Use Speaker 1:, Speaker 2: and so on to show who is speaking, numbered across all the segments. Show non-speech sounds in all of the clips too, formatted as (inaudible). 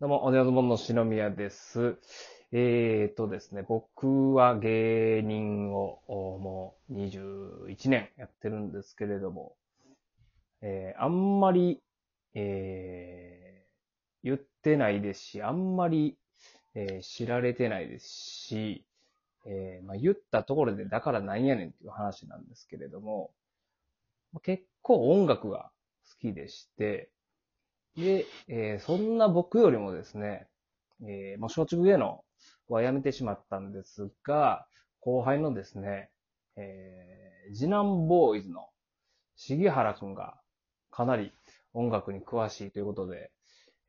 Speaker 1: どうも、おねおずもんの篠宮です。えーとですね、僕は芸人をおもう21年やってるんですけれども、えーあんまり、えー言ってないですし、あんまり、えー知られてないですし、えーまあ、言ったところでだからなんやねんっていう話なんですけれども、結構音楽が好きでして、で、えーそんな僕よりもですね、えーまあ、松竹芸能は辞めてしまったんですが、後輩のですね、えー次男ボーイズの重原くんがかなり音楽に詳しいということで、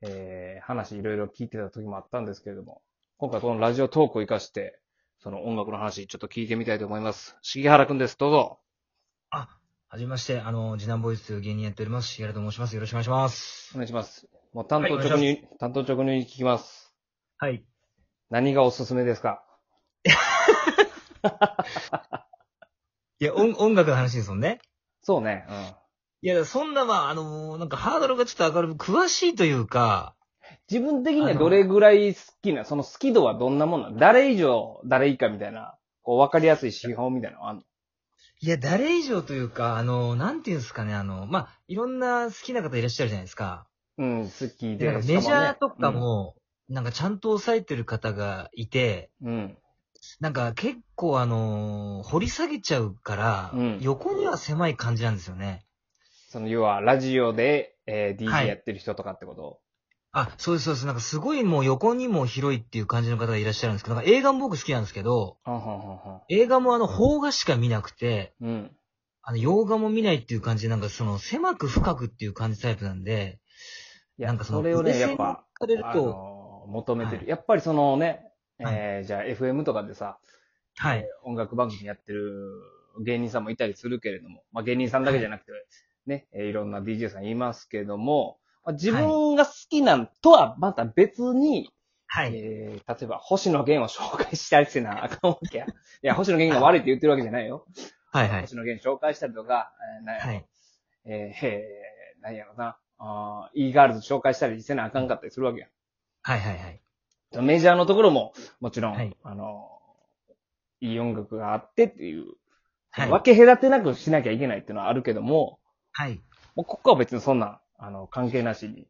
Speaker 1: えー話いろいろ聞いてた時もあったんですけれども、今回このラジオトークを活かして、その音楽の話ちょっと聞いてみたいと思います。重原くんです。どうぞ。
Speaker 2: はじめまして、あの、次男ボイス芸人やっております、シゲラと申します。よろしくお願いします。
Speaker 1: お願いします。もう担当
Speaker 2: はいお
Speaker 1: 直
Speaker 2: 願
Speaker 1: 入、
Speaker 2: い
Speaker 1: 担当直入に聞きます。
Speaker 2: はい。
Speaker 1: 何がおすすめですか
Speaker 2: いや、音、音楽の話ですもんね。
Speaker 1: そうね。うん。
Speaker 2: いや、そんな、まあ、あのーなんかハードルがちょっと上がる、詳しいというか、
Speaker 1: 自分的にはどれぐらい好きな、その好き度はどんなもんなの誰以上、誰以下みたいな、こう分かりやすい指標みたいなのあんの
Speaker 2: いや、誰以上というか、あのーなんていうんですかね、あの、まあ、いろんな好きな方いらっしゃるじゃないですか。
Speaker 1: うん、好き
Speaker 2: で
Speaker 1: で。
Speaker 2: なんかメジャーとか
Speaker 1: も
Speaker 2: も、なんかちゃんと抑えてる方がいて、
Speaker 1: ね。うん。
Speaker 2: なんか結構あのー掘り下げちゃうから、
Speaker 1: うん
Speaker 2: 横には狭い感じなんですよね。
Speaker 1: その、要は、ラジオで、えー、
Speaker 2: は
Speaker 1: DJ
Speaker 2: い
Speaker 1: やってる人とかってこと、
Speaker 2: あ、そうです、そうです。なんかすごいもう横にも広いっていう感じの方がいらっしゃるんですけど、なんか映画も僕好きなんですけど、
Speaker 1: はんはんはんはん
Speaker 2: 映画もあの、邦画しか見なくて、
Speaker 1: うん。
Speaker 2: あの、洋画も見ないっていう感じで、なんかその、狭く深くっていう感じタイプなんで、
Speaker 1: いや、
Speaker 2: なんかそ
Speaker 1: そ
Speaker 2: の
Speaker 1: れをね、やっ
Speaker 2: 目線
Speaker 1: ぱ、
Speaker 2: される
Speaker 1: あ
Speaker 2: と、
Speaker 1: のー求めてる。
Speaker 2: はい
Speaker 1: やっぱりそのね、え
Speaker 2: はい
Speaker 1: ー、じゃあ FM とかでさ、
Speaker 2: はい。
Speaker 1: 音楽番組やってる芸人さんもいたりするけれども、まあ、芸人さんだけじゃなくて、ね、えーいろんな DJ さんいますけども、まあ、自分が好きなんとはまた別に、
Speaker 2: はい。
Speaker 1: えー例えば星野源を紹介したりせなあかんわけや。いや、星野源が悪いって言ってるわけじゃないよ。
Speaker 2: はい、はい。
Speaker 1: 星野源紹介したりとか、えーなんやろ
Speaker 2: はい。
Speaker 1: えーえーなんやろな、あー e ガールズ紹介したりせなあかんかったりするわけや。
Speaker 2: はい、はい、はい。
Speaker 1: メジャーのところも、もちろん、
Speaker 2: はい
Speaker 1: あの、いい音楽があってっていう
Speaker 2: はい。はい。
Speaker 1: 分け隔てなくしなきゃいけないっていうのはあるけども、
Speaker 2: はい。
Speaker 1: もうここは別にそんな、あの、関係なしに。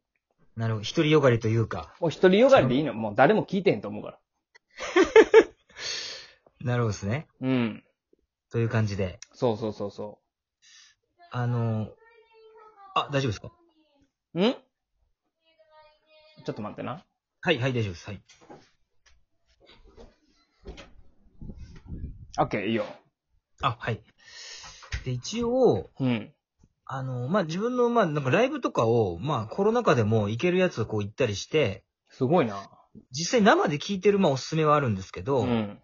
Speaker 2: なるほど。一人よがりというか。
Speaker 1: もう一人よがりでいいの。もう誰も聞いてへんと思うから。
Speaker 2: なるほどですね。
Speaker 1: うん。
Speaker 2: という感じで。
Speaker 1: そうそうそうそ
Speaker 2: あのーあ、大丈夫ですか
Speaker 1: う。んちょっと待ってな。
Speaker 2: はい、はい、大丈夫です。はい。
Speaker 1: オッケー、いいよ。
Speaker 2: あ、はい。で、一応、
Speaker 1: うん。
Speaker 2: あの、まあ、自分の、まあ、なんかライブとかを、まあ、コロナ禍でも行けるやつをこう行ったりして、
Speaker 1: すごいな。
Speaker 2: 実際生で聞いてる、まあ、おすすめはあるんですけど、
Speaker 1: うん。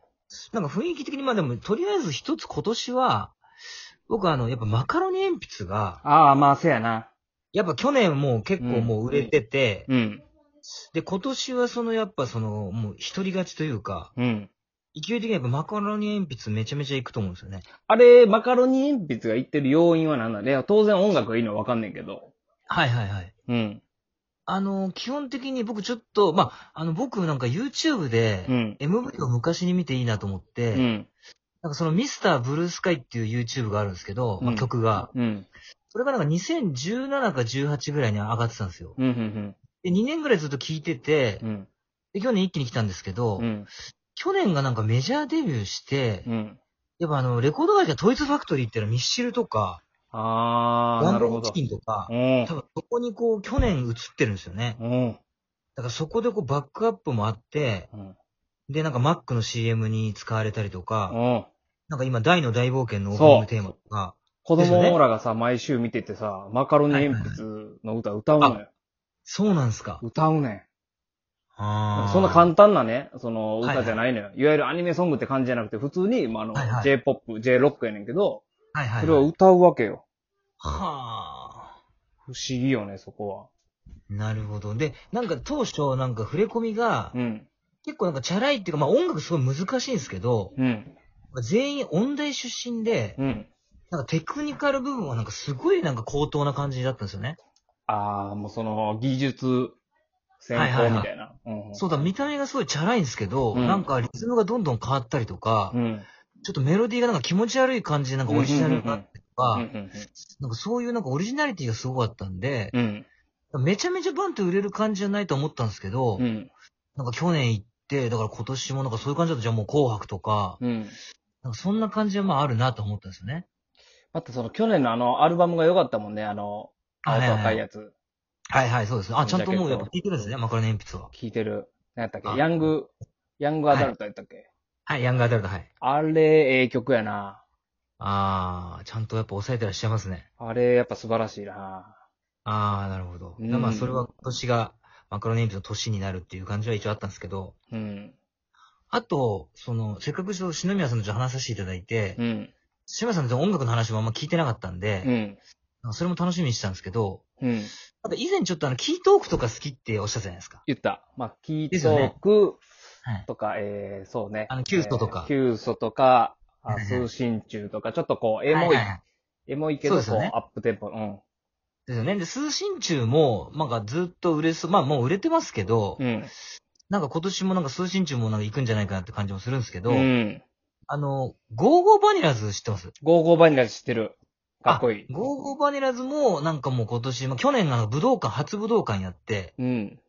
Speaker 2: なんか雰囲気的に、まあ、でも、とりあえず一つ今年は、僕あの、やっぱマカロニ鉛筆が、
Speaker 1: ああ、まあ、せやな。
Speaker 2: やっぱ去年もう結構もう売れてて、
Speaker 1: うん。
Speaker 2: で、今年はその、やっぱその、もう一人勝ちというか、
Speaker 1: うん。
Speaker 2: 勢い的にやっぱマカロニ鉛筆めちゃめちゃいくと思うんですよね。
Speaker 1: あれ、マカロニ鉛筆が言ってる要因は何なんだいや、当然音楽がいいのはわかんねんけど。
Speaker 2: はいはいはい。
Speaker 1: うん。
Speaker 2: あの、基本的に僕ちょっと、まあ、あの、僕なんか YouTube で、
Speaker 1: うん。
Speaker 2: MV を昔に見ていいなと思っ
Speaker 1: う
Speaker 2: て、
Speaker 1: ん。
Speaker 2: なんかそのミスターブルースカイっていう YouTube があるんですけど、ま
Speaker 1: う
Speaker 2: あ
Speaker 1: ん
Speaker 2: 曲が。
Speaker 1: うん。
Speaker 2: それがなんか2017か18ぐらいに上がってたんですよ。
Speaker 1: うん。うん。
Speaker 2: で、2年ぐらいずっと聴いてて
Speaker 1: う、ん。
Speaker 2: で、去年一気に来たんですけど、
Speaker 1: うん。
Speaker 2: 去年がなんかメジャーデビューして、
Speaker 1: うん。
Speaker 2: やっぱあの、レコード会社トイズファクトリーっていうのはミッシルとか、
Speaker 1: ああ、
Speaker 2: ワ
Speaker 1: な
Speaker 2: ン
Speaker 1: る
Speaker 2: ダー
Speaker 1: ほ
Speaker 2: チ
Speaker 1: ど。
Speaker 2: キンとか、
Speaker 1: うん
Speaker 2: 多。分そこにこう、去年映ってるんですよね。
Speaker 1: うん。
Speaker 2: だからそこでこう、バックアップもあって、
Speaker 1: うん。
Speaker 2: で、なんか Mac の CM に使われたりとか、
Speaker 1: うん。
Speaker 2: なんか今、大の大冒険のオープニングテーマとか、
Speaker 1: 子
Speaker 2: ですよね
Speaker 1: 供らがさ、毎週見ててさ、マカロニ鉛筆の歌歌うのよ。
Speaker 2: そうなんですか。
Speaker 1: 歌うね
Speaker 2: あ
Speaker 1: ん。
Speaker 2: ー
Speaker 1: そんな簡単なね、その
Speaker 2: はい
Speaker 1: 歌
Speaker 2: はい
Speaker 1: じゃないのよ。いわゆるアニメソングって感じじゃなくて、普通に、まあ、あの
Speaker 2: はいは、い
Speaker 1: J-POP、J-ROCK やねんけど、
Speaker 2: はいはい、はい。
Speaker 1: それを歌うわけよ。
Speaker 2: はあ。
Speaker 1: 不思議よね、そこ
Speaker 2: なるほど。で、なんか当初、なんか触れ込みが
Speaker 1: は。う、ん。
Speaker 2: 結構なんかチャラいっていうか、まあ音楽すごい難しいんですけど、
Speaker 1: うん。
Speaker 2: 全員音大出身で、
Speaker 1: うん。
Speaker 2: なんかテクニカル部分はなんかすごいなんか高等な感じだったんですよね。
Speaker 1: ああ、もうその、技術先行みたいな。
Speaker 2: そうだ、見た目がすごいチャラいんですけど、
Speaker 1: うん
Speaker 2: なんかリズムがどんどん変わったりとか、
Speaker 1: うん。うん。
Speaker 2: ちょっとメロディーがなんか気持ち悪い感じでなんかオリジナルがあったりと
Speaker 1: うんう
Speaker 2: か、
Speaker 1: ん
Speaker 2: なんかそういうなんかオリジナリティがすごかったんで
Speaker 1: う、ん。
Speaker 2: めちゃめちゃバンって売れる感じじゃないと思ったんですけど、
Speaker 1: うん。
Speaker 2: なんか去年行って、だから今年もなんかそういう感じだとじゃあもう紅白とか、
Speaker 1: うん。
Speaker 2: なんかそんな感じはまああるなと思ったんですよね。
Speaker 1: またその去年のあのアルバムが良かったもんね、あの、青と赤
Speaker 2: はい
Speaker 1: い
Speaker 2: はい。
Speaker 1: やつ。
Speaker 2: はいはい、そうですね。あ、ちゃんともう
Speaker 1: ジャケ
Speaker 2: やっ
Speaker 1: ット
Speaker 2: ぱ聞いてるんですね、マカロニ鉛筆は。
Speaker 1: 聞いてる。何やったっ
Speaker 2: あ
Speaker 1: けヤング、ヤングアダルトやったっけ
Speaker 2: はい、ヤングアダルト、はい。
Speaker 1: あれ、ええ曲やな。
Speaker 2: あー、ちゃんとやっぱ抑えてらっしゃいますね。
Speaker 1: あれ、やっぱ素晴らしいな。
Speaker 2: あー、なるほど。
Speaker 1: うん
Speaker 2: まあそれは今年がマカロニ鉛筆の年になるっていう感じは一応あったんですけど、
Speaker 1: うん。
Speaker 2: あと、その、せっかくちょっと篠宮さんとちょっと話させていただいて、
Speaker 1: うん。
Speaker 2: 篠宮さんと音楽の話もあんま聞いてなかったんで、
Speaker 1: うん。
Speaker 2: なんかそれも楽しみにしてたんですけど、
Speaker 1: うん。
Speaker 2: なんか以前ちょっとあの、キートークとか好きっておっしゃったじゃないですか。
Speaker 1: 言った。まあ、キ
Speaker 2: で
Speaker 1: ー
Speaker 2: すよ
Speaker 1: ト
Speaker 2: ね
Speaker 1: ーク
Speaker 2: はい
Speaker 1: とか、えー、そうね。
Speaker 2: あのキュウソとか
Speaker 1: えーキュウソとか、あ
Speaker 2: はいはい
Speaker 1: 通信中とか、ちょっとこう、エモ
Speaker 2: は
Speaker 1: い
Speaker 2: いはい、はい
Speaker 1: エモいけど、こ
Speaker 2: そうですよ
Speaker 1: う
Speaker 2: ね、
Speaker 1: アップテンポ、うん。
Speaker 2: ですよね。で、通信中も、なんかずっと売れそう、まあもう売れてますけど、
Speaker 1: うん。
Speaker 2: なんか今年もなんか通信中もなんか行くんじゃないかなって感じもするんですけど、
Speaker 1: うん。
Speaker 2: あの、ゴーゴーバニラズ知ってます
Speaker 1: ゴーゴーバニラ知ってる。かっこいい。
Speaker 2: ゴーゴーバニラズもなんかもう今年、まあ去年が武道館、初武道館やって、
Speaker 1: うん。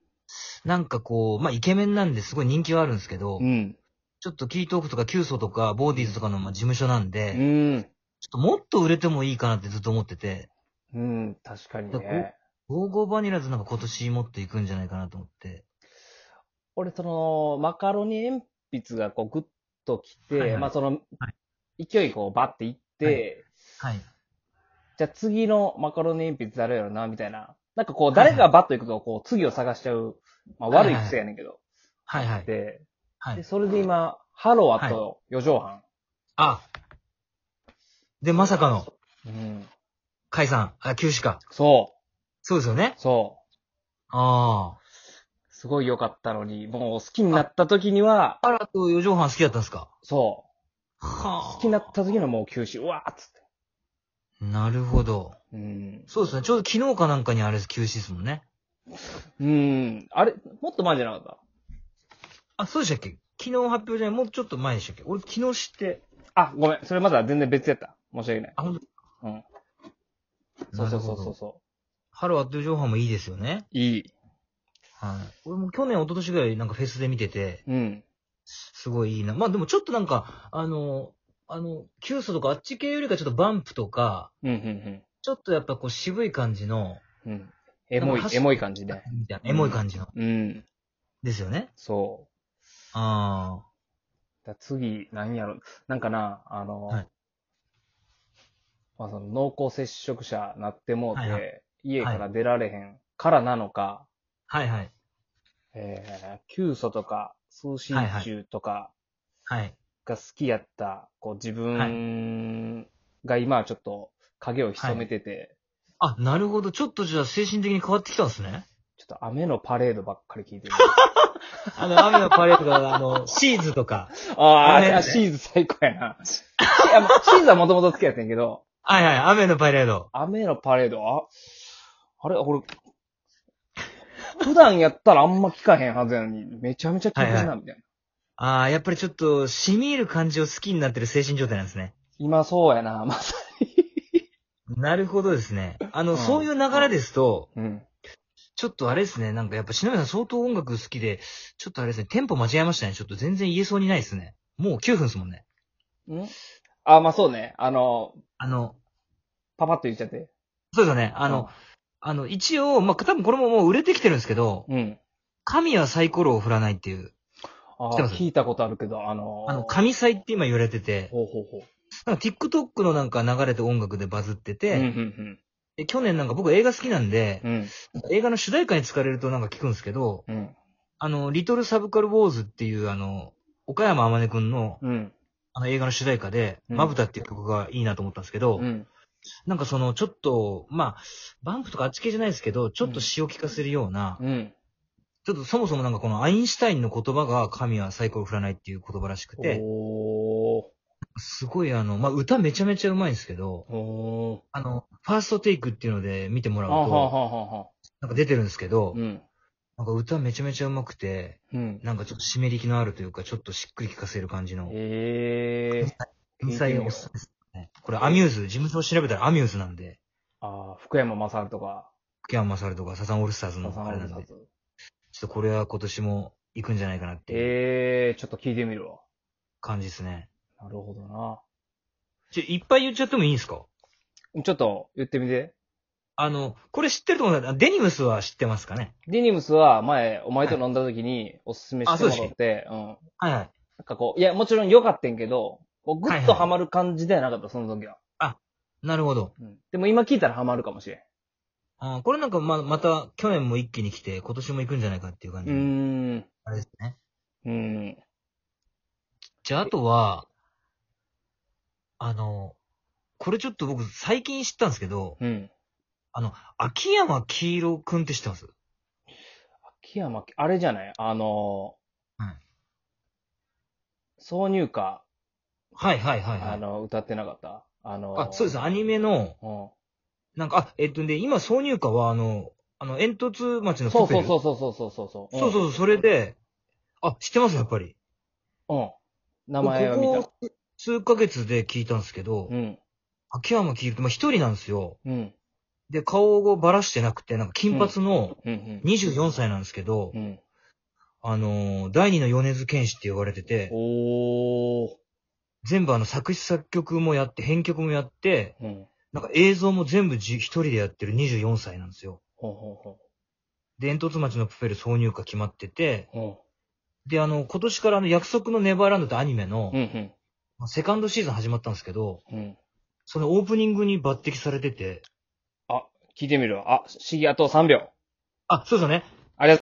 Speaker 2: なんかこう、まあイケメンなんですごい人気はあるんですけど、
Speaker 1: うん。
Speaker 2: ちょっとキートークとかキューソーとかボーディーズとかのまあ事務所なんで、
Speaker 1: う
Speaker 2: ちょ
Speaker 1: ん。
Speaker 2: っともっと売れてもいいかなってずっと思ってて、
Speaker 1: うん。確かに
Speaker 2: だから
Speaker 1: ね
Speaker 2: こ。ゴーゴーバニラズなんか今年もっと行くんじゃないかなと思って。
Speaker 1: 俺、その、マカロニ鉛筆がこう、ぐっときて、
Speaker 2: はいはい
Speaker 1: まあ、その、
Speaker 2: は
Speaker 1: 勢いこう、バッていって、
Speaker 2: はいはい。
Speaker 1: じゃあ次のマカロニ鉛筆誰やろな、みたいな。なんかこう、誰がバッと行くと、こう、次を探しちゃう、まあ、
Speaker 2: はいは
Speaker 1: 悪
Speaker 2: い
Speaker 1: い癖やねんけど。
Speaker 2: はいはい。
Speaker 1: で、
Speaker 2: は
Speaker 1: で
Speaker 2: い。
Speaker 1: それで今、ハローと四畳半。
Speaker 2: あで、まさかの、
Speaker 1: うん。
Speaker 2: 解散、あ、休止か。
Speaker 1: そ
Speaker 2: そうですよね
Speaker 1: う、。そう。
Speaker 2: あ
Speaker 1: すごい良かったのに、もう好きになった時には、
Speaker 2: あ。あらと四畳半好きだったんですか
Speaker 1: そ
Speaker 2: は
Speaker 1: う。好きになった時のもう休止、うわーっつって。
Speaker 2: なるほど。
Speaker 1: うん。
Speaker 2: そうですね。ちょうど昨日かなんかにあれ休止ですもんね。
Speaker 1: うん。あれもっと前じゃなかった
Speaker 2: あ、そうでしたっけ昨日発表じゃないもうちょっと前でしたっけ俺昨日知って。
Speaker 1: あ、ごめん。それまだ全然別やった。申し訳ない。
Speaker 2: あ、ほん
Speaker 1: うん。そ
Speaker 2: な
Speaker 1: うそ
Speaker 2: る
Speaker 1: うそ
Speaker 2: ほ
Speaker 1: うそう
Speaker 2: ど。
Speaker 1: そ
Speaker 2: ハローアット上半もいいですよね。
Speaker 1: う。いい。
Speaker 2: はい。俺も去年、一昨年ぐらいなんかフェスで見てて、
Speaker 1: うん。
Speaker 2: すごいいいな。まあでもちょっとなんか、あの、あの、キューソとかあっち系よりかちょっとバンプとか、
Speaker 1: うん、うん、
Speaker 2: ちょっとやっぱこう渋い感じの、
Speaker 1: うん。うん。エモい
Speaker 2: なん、か
Speaker 1: エモい感じで。
Speaker 2: みたいな、エモい感じの。
Speaker 1: うん。
Speaker 2: ですよね。
Speaker 1: そ
Speaker 2: あ
Speaker 1: う。だ次、何やろ。なんかな、あの、
Speaker 2: はい
Speaker 1: まあその濃厚接触者なってもうて、
Speaker 2: はいは
Speaker 1: 家から出られへんからなのか、
Speaker 2: あ。はいはい。
Speaker 1: えー、急素とか、通信中とか
Speaker 2: はい。
Speaker 1: が好きやった、こう自分が今はちょっと影を潜めてて、
Speaker 2: あ、なるほど。ちょっとじゃあ精神的に変わってきたんですね。
Speaker 1: ちょっと雨のパレードばっかり聞いてる。
Speaker 2: (laughs) あの、雨のパレードが、あの、シーズとか。
Speaker 1: あ
Speaker 2: 雨
Speaker 1: ーあ、シーズ最高やな。しあもうシーズはもともと好きやったんやけど、
Speaker 2: はいはい、雨のパレード。
Speaker 1: 雨のパレード、あ、あれ、俺、普段やったらあんま聞かへんはずやのに、めちゃめちゃ聞いてるな、みたいな。
Speaker 2: ああ、やっぱりちょっと、染み入る感じを好きになってる精神状態なんですね。
Speaker 1: 今そうやな、まさ
Speaker 2: なるほどですね。あの、
Speaker 1: うん
Speaker 2: そういう流れですと、
Speaker 1: に。うん。
Speaker 2: ちょっとあれですね、なんかやっぱ、しのさん相当音楽好きで、ちょっとあれですね、テンポ間違えましたね。ちょっと全然言えそうにないですね。もう9分ですもんね。
Speaker 1: んあ、まあそうね。あの、
Speaker 2: あの、
Speaker 1: パパッと言っちゃって。
Speaker 2: そうですよね。あ
Speaker 1: あ
Speaker 2: の、、あの、一応、まあ、多分これももう売れてきてるんですけど、
Speaker 1: うん。
Speaker 2: 神はサイコロを振らないっていう、
Speaker 1: あ
Speaker 2: 知ってます
Speaker 1: 聞いたことあるけど、あの、
Speaker 2: あの、神祭って今言われてて、
Speaker 1: ほうほうほう。
Speaker 2: なんか TikTok のなんか流れて音楽でバズってて、
Speaker 1: うん、うん、
Speaker 2: で去年なんか僕映画好きなんで
Speaker 1: う、ん。
Speaker 2: 映画の主題歌に使われるとなんか聞くんですけど、
Speaker 1: うん。
Speaker 2: あの、リトルサブカルウォーズっていうあの、岡山天音くんの
Speaker 1: うん。
Speaker 2: あの映画の主題歌で、
Speaker 1: うん
Speaker 2: まぶたっていう曲がいいなと思ったんですけど、
Speaker 1: うん。
Speaker 2: なんかそのちょっと、まあ、バンプとかあっち系じゃないですけど、ちょっと詩を聞かせるような、
Speaker 1: うん。
Speaker 2: ちょっとそもそもなんかこのアインシュタインの言葉が神はサイコロ振らないっていう言葉らしくて、
Speaker 1: おー。
Speaker 2: すごいあの、まあ歌めちゃめちゃうまいんですけど、
Speaker 1: おー。
Speaker 2: あの、ファーストテイクっていうので見てもらう
Speaker 1: あはあは
Speaker 2: と、
Speaker 1: あはあはあ
Speaker 2: なんか出てるんですけど、
Speaker 1: うん。
Speaker 2: なんか歌めちゃめちゃ上手くて、
Speaker 1: うん。
Speaker 2: なんかちょっと湿り気のあるというか、ちょっとしっくりきかせる感じの。
Speaker 1: ええ
Speaker 2: (laughs) 天才おっさんですね。これアミューズ、事務所を調べたらアミューズなんで、
Speaker 1: ああ、福山雅治とか、
Speaker 2: 福山雅治とかサザンオールスターズの
Speaker 1: 笹
Speaker 2: あれな
Speaker 1: 野
Speaker 2: んで、ちょ
Speaker 1: さ
Speaker 2: っとこれは今年も行くんじゃないかなっていう
Speaker 1: ええちょっと聞いてみるわ。
Speaker 2: 感じですね。
Speaker 1: なるほどな。
Speaker 2: ちょ、いっぱい言っちゃってもいいんですか
Speaker 1: ちょっと言ってみて。
Speaker 2: あの、これ知ってると思うんだけどデニムスは知ってますかね
Speaker 1: デニムスは前、お前と飲んだ時におすすめしてもらって、うん。
Speaker 2: はいはい。
Speaker 1: なんかこう、いや、もちろん良かったんけど、こうグッとハマる感じではなかった、その時は。
Speaker 2: なるほど。
Speaker 1: うん。でも今聞いたらハマるかもしれ
Speaker 2: あーこれなんかま、また去年も一気に来て、今年も行くんじゃないかっていう感
Speaker 1: ん。う
Speaker 2: じ。
Speaker 1: ーん。
Speaker 2: あれですね。
Speaker 1: うーん。
Speaker 2: じゃあ、あとは、あの、これちょっと僕最近知ったんですけど、
Speaker 1: うん。
Speaker 2: 秋山黄色くんって知ってます
Speaker 1: 秋山、あれじゃないあのー
Speaker 2: はい
Speaker 1: 挿入歌、
Speaker 2: はいはいはいは
Speaker 1: あ
Speaker 2: い。
Speaker 1: の、歌ってなかったあのー
Speaker 2: あ、そうです。アニメの、
Speaker 1: うん。
Speaker 2: なんか、あ、えっとね、今挿入歌はあの、あの、煙突町の
Speaker 1: そう
Speaker 2: プ
Speaker 1: そ
Speaker 2: ペ
Speaker 1: う
Speaker 2: ル。
Speaker 1: そうそうそうそうそう。
Speaker 2: そうそうそう、それで、あ、知ってますやっぱり。
Speaker 1: うん。うん。名前は見た。
Speaker 2: ここ数ヶ月で聞いたんですけど、
Speaker 1: うん。
Speaker 2: 秋山黄色って、まあ一人なんですよ。
Speaker 1: うん。
Speaker 2: で、顔をばらしてなくて、なんか金髪の
Speaker 1: うん。
Speaker 2: 24歳なんですけど、
Speaker 1: うん。
Speaker 2: あのー第二の米津玄師って呼ばれてて、
Speaker 1: おー。
Speaker 2: 全部あの作詞作曲もやって、編曲もやって、
Speaker 1: うん。
Speaker 2: なんか映像も全部じ一人でやってる24歳なんですよ。
Speaker 1: ほんほんほ
Speaker 2: で、煙突町のプペル挿入歌決まってて、
Speaker 1: ん。うん。
Speaker 2: で、あの、今年からあの、約束のネバーランドってアニメの
Speaker 1: う、ん。
Speaker 2: まあセカンドシーズン始まったんですけど、
Speaker 1: うん。うん。
Speaker 2: そのオープニングに抜擢されてて、
Speaker 1: 聞いてみるわ。あ、しあと3秒。
Speaker 2: あ、そうですよね。